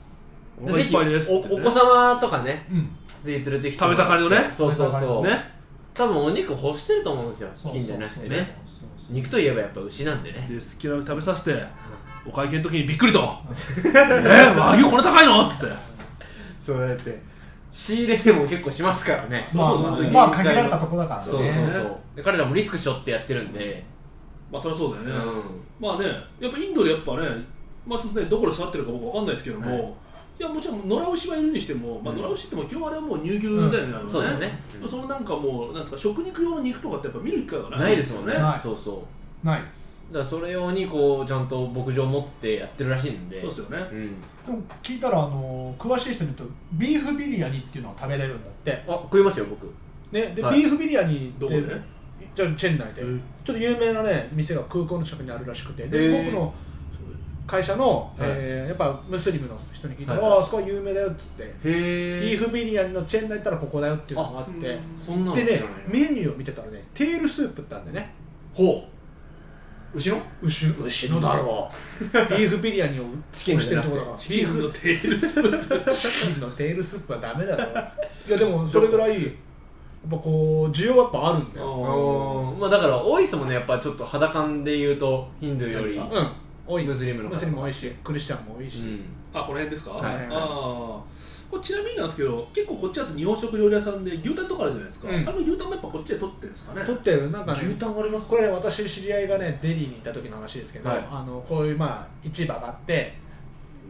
[SPEAKER 1] う、お
[SPEAKER 2] ぜ
[SPEAKER 1] 腹いっ
[SPEAKER 2] ひ
[SPEAKER 1] ぱいです
[SPEAKER 2] お
[SPEAKER 1] ってね
[SPEAKER 2] お子様とかね
[SPEAKER 3] うん
[SPEAKER 2] ぜひ連れてきて
[SPEAKER 1] 食べ盛りのね
[SPEAKER 2] そうそうそう
[SPEAKER 1] ね、
[SPEAKER 2] 多分お肉欲してると思うんですよチキンじゃなくてね肉といえばやっぱ牛なんでね
[SPEAKER 1] で好きなだけ食べさせてお会計の時にびっくりと「えー、和牛これ高いの?」っつって
[SPEAKER 2] そうやって仕入れでも結構しますからね
[SPEAKER 1] そう
[SPEAKER 4] まあ
[SPEAKER 1] そう
[SPEAKER 4] まあ
[SPEAKER 1] 本当に
[SPEAKER 4] まあ限られたとこだからね
[SPEAKER 2] そうそうそう
[SPEAKER 1] ね
[SPEAKER 2] で彼らもリスクしょってやってるんで
[SPEAKER 1] まあそりゃそうだよ
[SPEAKER 2] う
[SPEAKER 1] ね、
[SPEAKER 2] ん
[SPEAKER 1] まあねやっぱインドでやっぱねまあちょっとねどこで育ってるか僕わかんないですけども、
[SPEAKER 2] はい
[SPEAKER 1] い、やもちろん野良牛はいるにしても、まあ、
[SPEAKER 2] うん
[SPEAKER 1] 野良牛っても基本あれはもう乳牛だよね、あれは
[SPEAKER 2] そうですね
[SPEAKER 1] まあそのなんかもうなんですか食肉用の肉とかってやっぱ見る機会が
[SPEAKER 2] ないですもんね
[SPEAKER 4] はい
[SPEAKER 2] そうそう
[SPEAKER 4] ないです
[SPEAKER 2] だからそれ用にこうちゃんと牧場持ってやってるらしいんで
[SPEAKER 1] そうですよね
[SPEAKER 2] うん
[SPEAKER 4] でも聞いたらあの詳しい人に言うとビーフビリヤニっていうのが食べれるんだって
[SPEAKER 2] あ食いますよ僕
[SPEAKER 3] ね、で、
[SPEAKER 2] はい
[SPEAKER 3] ビーフビリヤニ
[SPEAKER 1] どこでね
[SPEAKER 3] じゃあチェン内で、
[SPEAKER 1] うん
[SPEAKER 3] ちょっと有名なね店が空港の近くにあるらしくてで、
[SPEAKER 2] へー
[SPEAKER 3] 僕の会社の、
[SPEAKER 2] い
[SPEAKER 3] えーやっぱムスリムの人に聞いたら、
[SPEAKER 2] はいはい
[SPEAKER 3] ああそこは有名だよっつって、
[SPEAKER 2] へ
[SPEAKER 3] ビーフビリヤニのチェン内行ったらここだよっていうのがあっ
[SPEAKER 1] あ
[SPEAKER 3] て
[SPEAKER 2] そんなの
[SPEAKER 3] で
[SPEAKER 2] 知らない
[SPEAKER 3] ね
[SPEAKER 2] な
[SPEAKER 3] メニューを見てたらねテールスープってあるんでね
[SPEAKER 2] ほう後ろ
[SPEAKER 3] 牛牛のだろう ビーフビリヤニを
[SPEAKER 2] チキン
[SPEAKER 3] 推してるところだから
[SPEAKER 2] じ
[SPEAKER 3] ビ
[SPEAKER 1] チキ
[SPEAKER 3] ー
[SPEAKER 1] ン
[SPEAKER 3] フ
[SPEAKER 1] のテールスープ
[SPEAKER 3] チキンのテールスープはダメだろ いやでもそれぐらいやっぱこう需要はやっぱあるんだよ
[SPEAKER 2] うんまあだから多いですもんねやっぱちょっと肌感で言うとヒンドゥーより
[SPEAKER 1] なん
[SPEAKER 3] うん多い
[SPEAKER 2] ムスリムの方
[SPEAKER 3] ムスリムも多いしクリスチャンも多いし、
[SPEAKER 1] あこの辺ですか、
[SPEAKER 2] はい
[SPEAKER 3] はい
[SPEAKER 1] ああこれちなみになんですけど結構こっちだと日本食料理屋さんで牛タンとかあるじゃないですか、
[SPEAKER 3] うん
[SPEAKER 1] あの牛タンもやっぱこっちで取ってるんですかね
[SPEAKER 3] 取ってるなんかね
[SPEAKER 4] 牛タンあります
[SPEAKER 3] これね私知り合いがねデリーにいた時の話ですけど、
[SPEAKER 2] はい
[SPEAKER 3] あのこういうまあ市場があって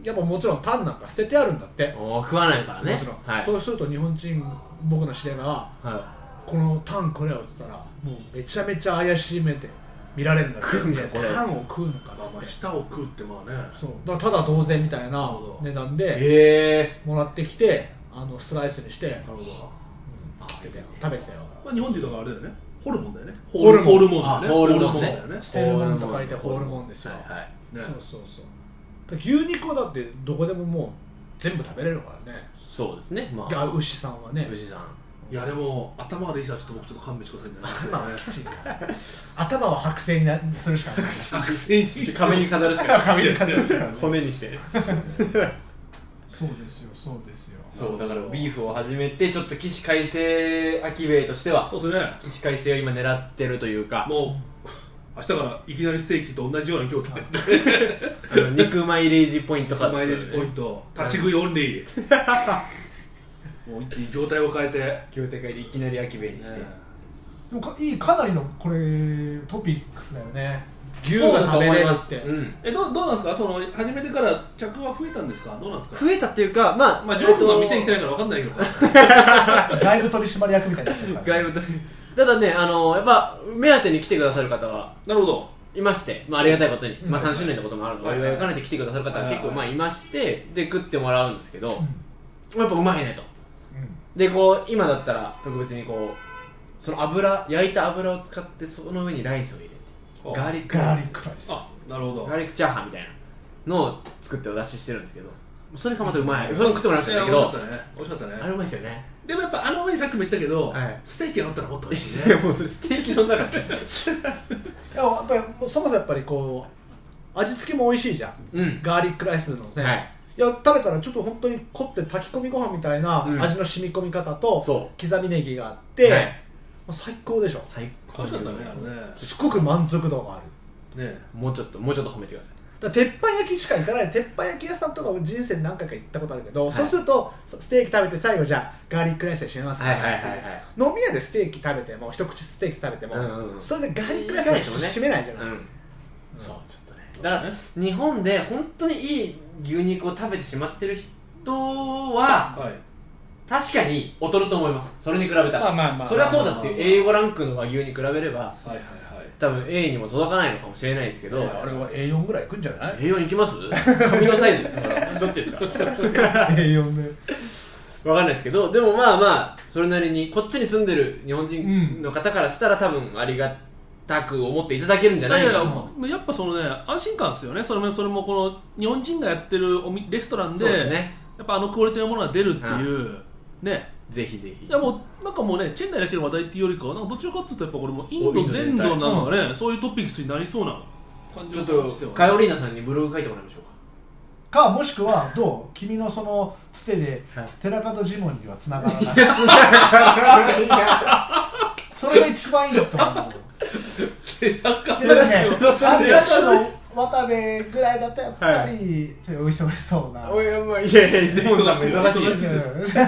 [SPEAKER 3] やっぱもちろんタンなんか捨ててあるんだって、
[SPEAKER 2] おー食わないからね
[SPEAKER 3] もちろん、
[SPEAKER 2] はい
[SPEAKER 3] そうすると日本人僕の知り合いが
[SPEAKER 2] は
[SPEAKER 3] 「このタンくれよ」って言ったらもうめちゃめちゃ怪しい目で見られるんだって
[SPEAKER 2] 食うんか
[SPEAKER 3] いや
[SPEAKER 2] これ
[SPEAKER 3] タンを食うのかっ
[SPEAKER 1] まあ
[SPEAKER 3] つっ
[SPEAKER 1] まあ
[SPEAKER 3] て
[SPEAKER 1] 舌を食うってまあね
[SPEAKER 3] そうだからただ同然みたい
[SPEAKER 1] なる
[SPEAKER 3] な
[SPEAKER 1] ほど
[SPEAKER 3] 値段
[SPEAKER 2] い
[SPEAKER 3] で
[SPEAKER 2] へえ
[SPEAKER 3] もらってきてあのスライスにして
[SPEAKER 1] なるほど
[SPEAKER 3] 切ってたよ食べてたよ
[SPEAKER 1] まあ、日本で言うとあれだよねホルモンだよね
[SPEAKER 3] ホルモン
[SPEAKER 1] ホルモンだよね
[SPEAKER 2] あホルモンね
[SPEAKER 1] だよね
[SPEAKER 3] 捨てるもんと書いてホールモンですよ、
[SPEAKER 2] はいはい
[SPEAKER 1] ね
[SPEAKER 3] そうそうそうだから牛肉はだってどこでももう全部食べれるからね
[SPEAKER 2] そうですねま
[SPEAKER 3] あ
[SPEAKER 2] あ
[SPEAKER 3] 牛さんはね
[SPEAKER 2] 牛さん
[SPEAKER 1] いやでも頭までいいさちょっと僕ちょっと勘弁してくださいね
[SPEAKER 3] 頭はきちんだよ頭は白製になするしかない
[SPEAKER 1] 作戦にして
[SPEAKER 2] 壁に飾るしかない
[SPEAKER 3] 髪の毛
[SPEAKER 2] 骨にして
[SPEAKER 4] そうですよそうですよ
[SPEAKER 2] そうだからビーフを始めてちょっと起死回生アキベイとしては
[SPEAKER 1] そうですね
[SPEAKER 2] 起死回生を今狙ってるというか
[SPEAKER 1] もう明日からいきなりステーキと同じような状態で
[SPEAKER 2] あの肉マイレージポイントか
[SPEAKER 1] マイレージポイント立ち食いオンリー もう一気に状態を変えて、
[SPEAKER 2] 業界でいきなりアキベイにして、
[SPEAKER 1] ね
[SPEAKER 4] でもかいいかなりのこれトピックスだよね
[SPEAKER 3] 牛が食べれ
[SPEAKER 2] そうだと思い
[SPEAKER 3] るって
[SPEAKER 2] ますうん
[SPEAKER 1] えどうどうなんですかその始めてから客は増えたんですかどうなんですか
[SPEAKER 2] 増えたっていうかまあ、
[SPEAKER 1] まあジョークが店に来て
[SPEAKER 2] え
[SPEAKER 1] な
[SPEAKER 2] っ
[SPEAKER 1] いから分かんないけど
[SPEAKER 4] 外部取締役みたいになってるから
[SPEAKER 2] と外部とただねあのやっぱ目当てに来てくださる方は
[SPEAKER 1] なるほど
[SPEAKER 2] いまして、まあ、ありがたいことに、
[SPEAKER 4] うん
[SPEAKER 2] まあ、3周年のこともあるので、
[SPEAKER 1] はい
[SPEAKER 2] お祝いを兼ねて来てくださる方が結構
[SPEAKER 1] はい
[SPEAKER 2] まあいましてで食ってもらうんですけど、
[SPEAKER 4] うん
[SPEAKER 2] やっぱうまいねとでこう今だったら特別にこうその油焼いた油を使ってその上にライスを入れて
[SPEAKER 1] あ
[SPEAKER 2] ガーリック
[SPEAKER 4] ガ
[SPEAKER 2] ラ
[SPEAKER 4] ー
[SPEAKER 2] イ
[SPEAKER 4] リ
[SPEAKER 2] ス
[SPEAKER 4] ックライス
[SPEAKER 1] あなるほど
[SPEAKER 2] ガーリックチャーハンみたいなのを作ってお出ししてるんですけどそれがまたうまいそれも食ってもらいま
[SPEAKER 1] い
[SPEAKER 2] した
[SPEAKER 1] や
[SPEAKER 2] け
[SPEAKER 1] 美味しかった
[SPEAKER 2] ど
[SPEAKER 1] ね美味しかった
[SPEAKER 2] あ
[SPEAKER 1] ね
[SPEAKER 2] れうまいですよね
[SPEAKER 1] でもやっぱあの上にさっきも言ったけど、
[SPEAKER 2] はい
[SPEAKER 1] ステーキが乗ったらもっと美味 しい
[SPEAKER 2] い
[SPEAKER 1] ね
[SPEAKER 2] やもうそれステーキ丼なかった
[SPEAKER 3] いややっぱりもうそもそもやっぱりこう味付けも美味しいじゃん
[SPEAKER 2] うん
[SPEAKER 3] ガーリックライスのね、
[SPEAKER 2] はい
[SPEAKER 3] い、や食べたらちょっと本当に凝って炊き込みご飯みたいな
[SPEAKER 2] うん
[SPEAKER 3] 味の染み込み方と、
[SPEAKER 2] そ
[SPEAKER 3] 刻みネギがあって、
[SPEAKER 2] はい
[SPEAKER 3] もう最高でしょ
[SPEAKER 2] 最
[SPEAKER 1] 美
[SPEAKER 2] 高
[SPEAKER 1] 味しか
[SPEAKER 2] に
[SPEAKER 1] っ
[SPEAKER 2] う
[SPEAKER 1] た
[SPEAKER 2] ま
[SPEAKER 1] ね
[SPEAKER 2] い
[SPEAKER 1] あのね
[SPEAKER 3] すごく満足度がある
[SPEAKER 1] ね
[SPEAKER 2] もうちょっともうちょっと褒めてください
[SPEAKER 3] だから鉄板焼きしか行かない鉄板焼き屋さんとかも人生で何回か行ったことあるけど、
[SPEAKER 2] はい
[SPEAKER 3] そうするとそステーキ食べて最後じゃあガーリックライスで締めますからっていう、
[SPEAKER 2] はいはいはいはい
[SPEAKER 3] 飲み屋でステーキ食べても一口ステーキ食べても、
[SPEAKER 2] うんうんうん
[SPEAKER 3] それでガーリックライスで締めないじゃない、
[SPEAKER 2] うんそうちょっとねだから日本で本当にいい牛肉を食べてしまってる人は
[SPEAKER 1] はい
[SPEAKER 2] 確かに劣ると思いますそれに比べたら
[SPEAKER 3] まあまあまあ
[SPEAKER 2] それはそうだっていう A5 ランクの和牛に比べれば
[SPEAKER 1] はいはいはい
[SPEAKER 2] 多分 A にも届かないのかもしれないですけど
[SPEAKER 3] いやあれは A4 ぐらい行くんじゃ ない
[SPEAKER 2] A4 いきます紙のサイズどっちですか
[SPEAKER 3] A4 で
[SPEAKER 2] わかんないですけどでもまあまあそれなりにこっちに住んでる日本人の方からしたら多分ありがたく思っていただけるんじゃない
[SPEAKER 1] いや
[SPEAKER 2] か
[SPEAKER 1] い
[SPEAKER 2] な
[SPEAKER 1] や
[SPEAKER 2] と
[SPEAKER 1] やっぱそのね安心感ですよねそれもそれもこの日本人がやってるおみレストランで
[SPEAKER 2] そうですね
[SPEAKER 1] やっぱあのクオリティのものが出るっていう、ね
[SPEAKER 2] ぜひぜひ
[SPEAKER 1] いやもうなんかもうねチェン内だけの話題っていうよりかはなんかどちらかっていうとやっぱこれもインド全土なんかね、そういうトピックスになりそうな感じ
[SPEAKER 2] ちょ
[SPEAKER 1] が
[SPEAKER 2] っ
[SPEAKER 1] して
[SPEAKER 2] と
[SPEAKER 1] は
[SPEAKER 2] カヨリーナさんにブログ書いてもらいましょう
[SPEAKER 4] かもしくはどう君のそのつてで
[SPEAKER 2] はい
[SPEAKER 4] 寺門ジモンにはつながらない
[SPEAKER 2] か
[SPEAKER 4] そそれが一番いいと思う
[SPEAKER 1] なんか
[SPEAKER 4] いやだから ね、
[SPEAKER 2] そ
[SPEAKER 4] ア
[SPEAKER 2] う
[SPEAKER 4] ン
[SPEAKER 2] ね
[SPEAKER 4] ダッシュの渡部ぐらいだとやっぱり、ちょっとお忙しそうな。
[SPEAKER 2] おいおいまあいやいやジモンさんも忙
[SPEAKER 1] 忙
[SPEAKER 2] し
[SPEAKER 1] し
[SPEAKER 2] い
[SPEAKER 1] い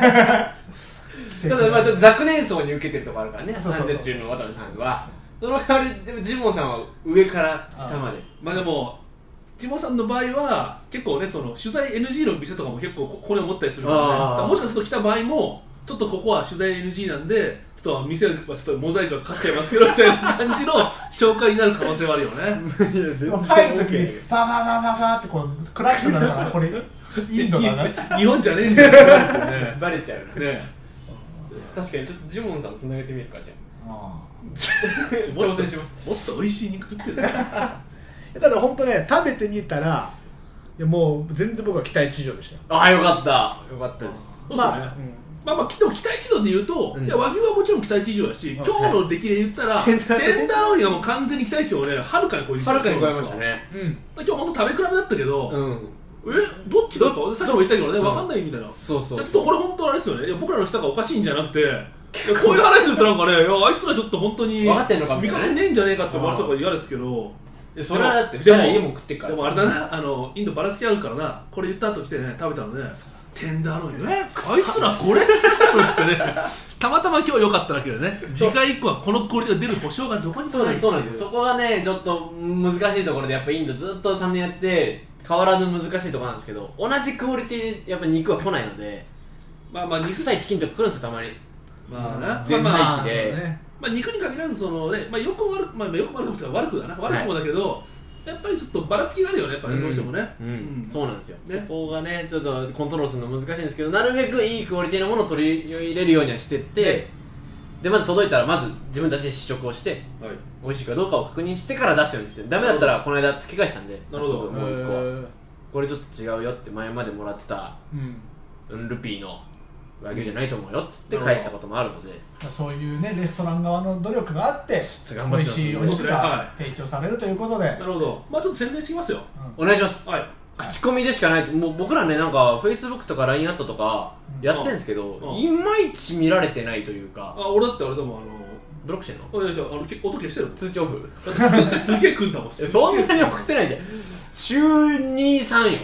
[SPEAKER 2] ただまあちょっと若年層に受けてるとこあるからね
[SPEAKER 4] そうそうそう
[SPEAKER 2] アンデス流の渡部さんはその代わりでもジモンさんは上から下 まで
[SPEAKER 1] まあでもジモさんの場合は結構ねその取材 NG の店とかも結構ここれ持ったりするからね
[SPEAKER 2] あー
[SPEAKER 1] だからもしかすると来た場合もちょっとここは取材 NG なんでちょっと店はちょっとモザイクがかかっちゃいますけどみたいな感じの紹介になる可能性はあるよね
[SPEAKER 2] いや全
[SPEAKER 4] 入るとき に、バババババってこう、クラクションなるから、これ、 インド だな。
[SPEAKER 1] 日本じゃねえんだよ
[SPEAKER 2] バレちゃ うな
[SPEAKER 1] ねね
[SPEAKER 2] 確かにちょっとジモンさんつなげてみるかじゃ あ
[SPEAKER 1] もっ
[SPEAKER 2] 挑
[SPEAKER 1] と
[SPEAKER 2] 戦します
[SPEAKER 1] もっと美味しい肉食ってる ね
[SPEAKER 3] だから本当ね食べてみたらいやもう全然僕は期待値以上でしたよ
[SPEAKER 2] ああよかったよかったです
[SPEAKER 1] そうっすよね
[SPEAKER 3] まあ、うん
[SPEAKER 1] まあまあ、でも期待値度で言うと、
[SPEAKER 2] うん
[SPEAKER 1] いや和牛はもちろん期待値以上だし、今日の出来で言ったら、 テンダーロインがもう完全に期待値をね、はるかに超えてき
[SPEAKER 2] はるかに
[SPEAKER 1] そうな
[SPEAKER 2] 超え
[SPEAKER 1] ん
[SPEAKER 2] ま
[SPEAKER 1] で
[SPEAKER 2] し
[SPEAKER 1] す
[SPEAKER 2] た
[SPEAKER 1] よ
[SPEAKER 2] ね
[SPEAKER 3] うん、
[SPEAKER 1] 今日本当食べ比べだったけど、
[SPEAKER 2] うん
[SPEAKER 1] えどっちだったさっきも言ったけどね、
[SPEAKER 2] うん
[SPEAKER 1] わかんないみたいな。い
[SPEAKER 2] そうそう
[SPEAKER 1] やちょっとこれ本当あれですよね、いや僕らの舌がおかしいんじゃなくて、こういう話するとなんかね、いやあいつらちょっと本当に、
[SPEAKER 2] 分かってんのかみ
[SPEAKER 1] 味
[SPEAKER 2] たいな
[SPEAKER 1] 方にねえんじゃねえかって思われそうから嫌ですけど、
[SPEAKER 2] でそれはだって2
[SPEAKER 1] で
[SPEAKER 2] 人
[SPEAKER 1] も
[SPEAKER 2] は家も食ってっか
[SPEAKER 1] で
[SPEAKER 2] ら
[SPEAKER 1] もあれだな、あの、インドばらつきあるからな、これ言った後来てね、食べたのね、テンダーロイン、えあいつらこれ ってね、たまたま今日良かっただけでね、次回以降はこのクオリティが出る保証がどこにも
[SPEAKER 2] そう
[SPEAKER 1] な
[SPEAKER 2] ないん
[SPEAKER 1] っ
[SPEAKER 2] です
[SPEAKER 1] てい
[SPEAKER 2] そうなんですよそこがねちょっと難しいところでやっぱインドずっと3年やって変わらぬ難しいところなんですけど同じクオリティでやっぱ肉は来ないので
[SPEAKER 1] まあまあ、肉
[SPEAKER 2] 臭いチキンとか来るんですよたまに
[SPEAKER 1] まあな、
[SPEAKER 2] 全
[SPEAKER 1] まあまあ
[SPEAKER 2] 枚機で、
[SPEAKER 3] ね
[SPEAKER 1] まあ、肉に限らずその、ねまあ、よくも悪く、まあ、よくも悪くというか悪くだな悪くもだけど、やっぱりちょっとばらつきがあるよねやっぱね、
[SPEAKER 2] うん
[SPEAKER 1] どうしてもね、
[SPEAKER 2] うん
[SPEAKER 1] うん
[SPEAKER 2] そうなんですよ、
[SPEAKER 1] ね
[SPEAKER 2] そこがねちょっとコントロールするの難しいんですけどなるべくいいクオリティのものを取り入れるようにはしてって、でまず届いたらまず自分たちで試食をして
[SPEAKER 1] はい
[SPEAKER 2] 美味しいかどうかを確認してから出すようにしてるダメだったらこの間付け返したんで
[SPEAKER 1] なるほど
[SPEAKER 2] 早速もう一個
[SPEAKER 3] え
[SPEAKER 2] は
[SPEAKER 3] ー
[SPEAKER 2] これちょっと違うよって前までもらってた
[SPEAKER 3] うん
[SPEAKER 2] うんルピーの和牛じゃないと思うよっつって返したこともあるので、
[SPEAKER 4] そういうね、レストラン側の努力があって、
[SPEAKER 2] と頑張
[SPEAKER 4] 美
[SPEAKER 2] っ
[SPEAKER 4] 味
[SPEAKER 2] てます
[SPEAKER 4] しいお肉
[SPEAKER 1] は
[SPEAKER 4] が提供されるということで
[SPEAKER 1] な、るほどまあちょっと宣伝してきますよ
[SPEAKER 2] お願いします
[SPEAKER 1] はい
[SPEAKER 2] 口コミでしかないともう僕らねなんかフェイスブックとか LINE アットとかやってるんですけど、
[SPEAKER 1] うんうん
[SPEAKER 2] いまいち見られてないというか
[SPEAKER 1] あ俺だってあれでもあの
[SPEAKER 2] ブロックしてんの
[SPEAKER 1] おいでしょあのけ音消してるもんだ
[SPEAKER 2] 通知オフ
[SPEAKER 1] ってすってすげえ食うんだもん
[SPEAKER 2] えそんなに送ってないじゃん週23よ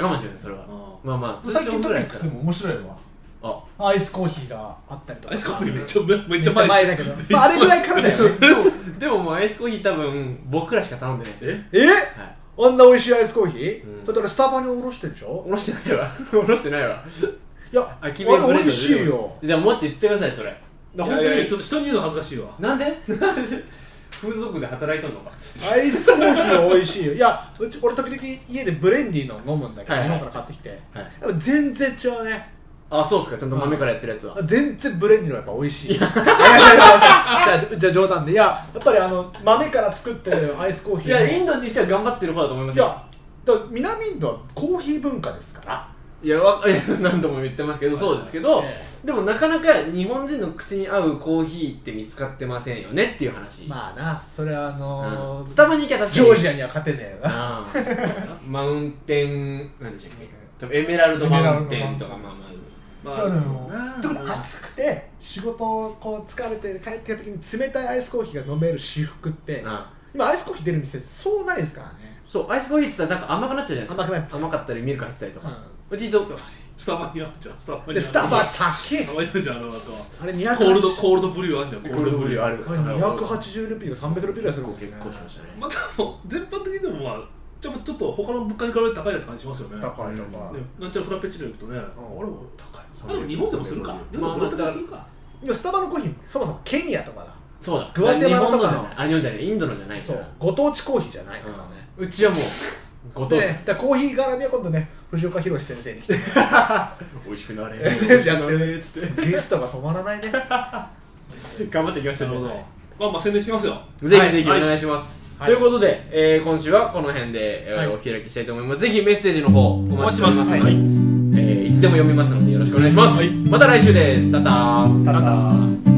[SPEAKER 2] 我慢してるねそれは
[SPEAKER 1] あ
[SPEAKER 2] まあまあ通
[SPEAKER 4] 最
[SPEAKER 2] 知オ
[SPEAKER 4] 近ト
[SPEAKER 2] フぐ
[SPEAKER 4] ピ
[SPEAKER 2] らい
[SPEAKER 4] ッ
[SPEAKER 2] か
[SPEAKER 4] クス
[SPEAKER 2] ら
[SPEAKER 4] でも面白いわ。
[SPEAKER 2] あ
[SPEAKER 4] アイスコーヒーがあったりと
[SPEAKER 1] ー
[SPEAKER 4] か。
[SPEAKER 1] アイスコーヒーめっちゃめめ
[SPEAKER 4] め
[SPEAKER 1] っ
[SPEAKER 4] っち
[SPEAKER 1] ち
[SPEAKER 4] ゃ
[SPEAKER 1] ゃ
[SPEAKER 4] 前
[SPEAKER 1] 前
[SPEAKER 4] だけど。まあ、あれぐらいからだよ。
[SPEAKER 2] でもでももうアイスコーヒー多分僕らしか頼んでないです
[SPEAKER 1] え
[SPEAKER 3] え
[SPEAKER 2] はい
[SPEAKER 3] あんな美味しいアイスコーヒー、
[SPEAKER 2] うん
[SPEAKER 3] だってあれスタバにおろしてるでしょ
[SPEAKER 2] おろしてないわおろしてないわ
[SPEAKER 3] いやあ
[SPEAKER 2] あ
[SPEAKER 3] れ
[SPEAKER 2] きめブレンド
[SPEAKER 3] 美味しいよ
[SPEAKER 2] でももっと言ってくださいそれだ
[SPEAKER 1] い
[SPEAKER 2] から
[SPEAKER 1] やい
[SPEAKER 2] 本当
[SPEAKER 1] やい
[SPEAKER 2] に
[SPEAKER 1] やちょっと人に言うの恥ずかしいわ
[SPEAKER 2] なんでなんで風俗で働いとんのか
[SPEAKER 3] アイスコーヒーは美味しいよいやうち俺時々家でブレンディーの飲むんだけど、
[SPEAKER 2] はいはい
[SPEAKER 3] 日本から買ってきて、
[SPEAKER 2] はい
[SPEAKER 3] やっぱ全然違うね
[SPEAKER 2] あそうっすかちゃんと豆からやってるやつは
[SPEAKER 3] 全然ブレンディーの方がやっぱ美味しいいやいやいやいやじゃあじゃあ冗談でいややっぱりあの豆から作ってるアイスコーヒ
[SPEAKER 2] い
[SPEAKER 3] ーの
[SPEAKER 2] やインドにしては頑張ってる方だと思いま
[SPEAKER 3] い
[SPEAKER 2] すよ
[SPEAKER 3] やだから南インドはコーヒー文化ですから
[SPEAKER 2] いやわいや何度も言ってますけどそうですけど、
[SPEAKER 3] え
[SPEAKER 2] でもなかなか日本人の口に合うコーヒーって見つかってませんよねっていう話、
[SPEAKER 3] まあなそれはあのー
[SPEAKER 2] うんスタバに行きゃ確か
[SPEAKER 3] ジ
[SPEAKER 2] に
[SPEAKER 3] ョージアには勝てねえよな
[SPEAKER 2] ああマウンテン何でしたっけ多分エメラルドマウンテンとかまあま
[SPEAKER 1] ま
[SPEAKER 2] あ
[SPEAKER 4] だから
[SPEAKER 1] あそうな
[SPEAKER 3] 特に暑くて仕事をこう疲れて帰ってきた時に冷たいアイスコーヒーが飲める私服って
[SPEAKER 2] ああ
[SPEAKER 3] 今アイスコーヒー出る店そうないですからね
[SPEAKER 2] そうアイスコーヒーってさなんか甘くなっちゃうじゃないですか
[SPEAKER 3] 甘くなっちゃう
[SPEAKER 2] 甘かったりミルク入ってたりとか、うち一応
[SPEAKER 1] スタバにあるじゃんスタバにあ
[SPEAKER 3] で
[SPEAKER 1] る
[SPEAKER 3] スタバ高
[SPEAKER 1] スタバにあるじゃんあの後は
[SPEAKER 3] えあれ280
[SPEAKER 1] コールドコールドブリューあるじゃん
[SPEAKER 2] ゴールドブリューある
[SPEAKER 3] あれ280ルピーが300ルピーぐらいするもんね
[SPEAKER 2] 結構しましたね
[SPEAKER 1] まあ、でも全般的にでもまあちょっとちょっと他の物価に比べて高いなって感じしますよね。ね
[SPEAKER 3] 高いとか
[SPEAKER 1] なんちゃらフラペチーノ行くとね、あれも高い。あでも日本でもするか。日
[SPEAKER 2] まあ
[SPEAKER 1] 本でもこれとかするか。
[SPEAKER 3] でもスタバのコーヒーそもそもケニアとかだ
[SPEAKER 2] そうだ
[SPEAKER 3] グアテマラとかの
[SPEAKER 2] 日本じゃないあ日本じゃないインドのじゃないか
[SPEAKER 3] そ
[SPEAKER 2] ら
[SPEAKER 3] うご当地コーヒーじゃないからね
[SPEAKER 2] うんうちはもうご当地
[SPEAKER 3] でねだからコーヒー絡みは今度ね藤岡弘先生に来て
[SPEAKER 2] 美味しくなれ
[SPEAKER 3] やってるっつってゲストが止まらないね
[SPEAKER 2] 頑張っていきましょう
[SPEAKER 1] なるほど。まあまあ宣伝してますよ。
[SPEAKER 2] ぜひぜひお
[SPEAKER 1] はい
[SPEAKER 2] 願いします、
[SPEAKER 3] はい
[SPEAKER 2] ということで、えー今週はこの辺で、えー
[SPEAKER 3] はい
[SPEAKER 2] お開きしたいと思いますぜひメッセージの方お
[SPEAKER 1] お
[SPEAKER 2] 待
[SPEAKER 1] 待
[SPEAKER 2] ち
[SPEAKER 1] ち
[SPEAKER 2] し
[SPEAKER 1] しててま
[SPEAKER 2] おります
[SPEAKER 1] す。
[SPEAKER 2] い
[SPEAKER 1] はい
[SPEAKER 2] えーいつでも読みますのでよろしくお願いします、
[SPEAKER 1] はい
[SPEAKER 2] また来週ですタタン
[SPEAKER 3] タタン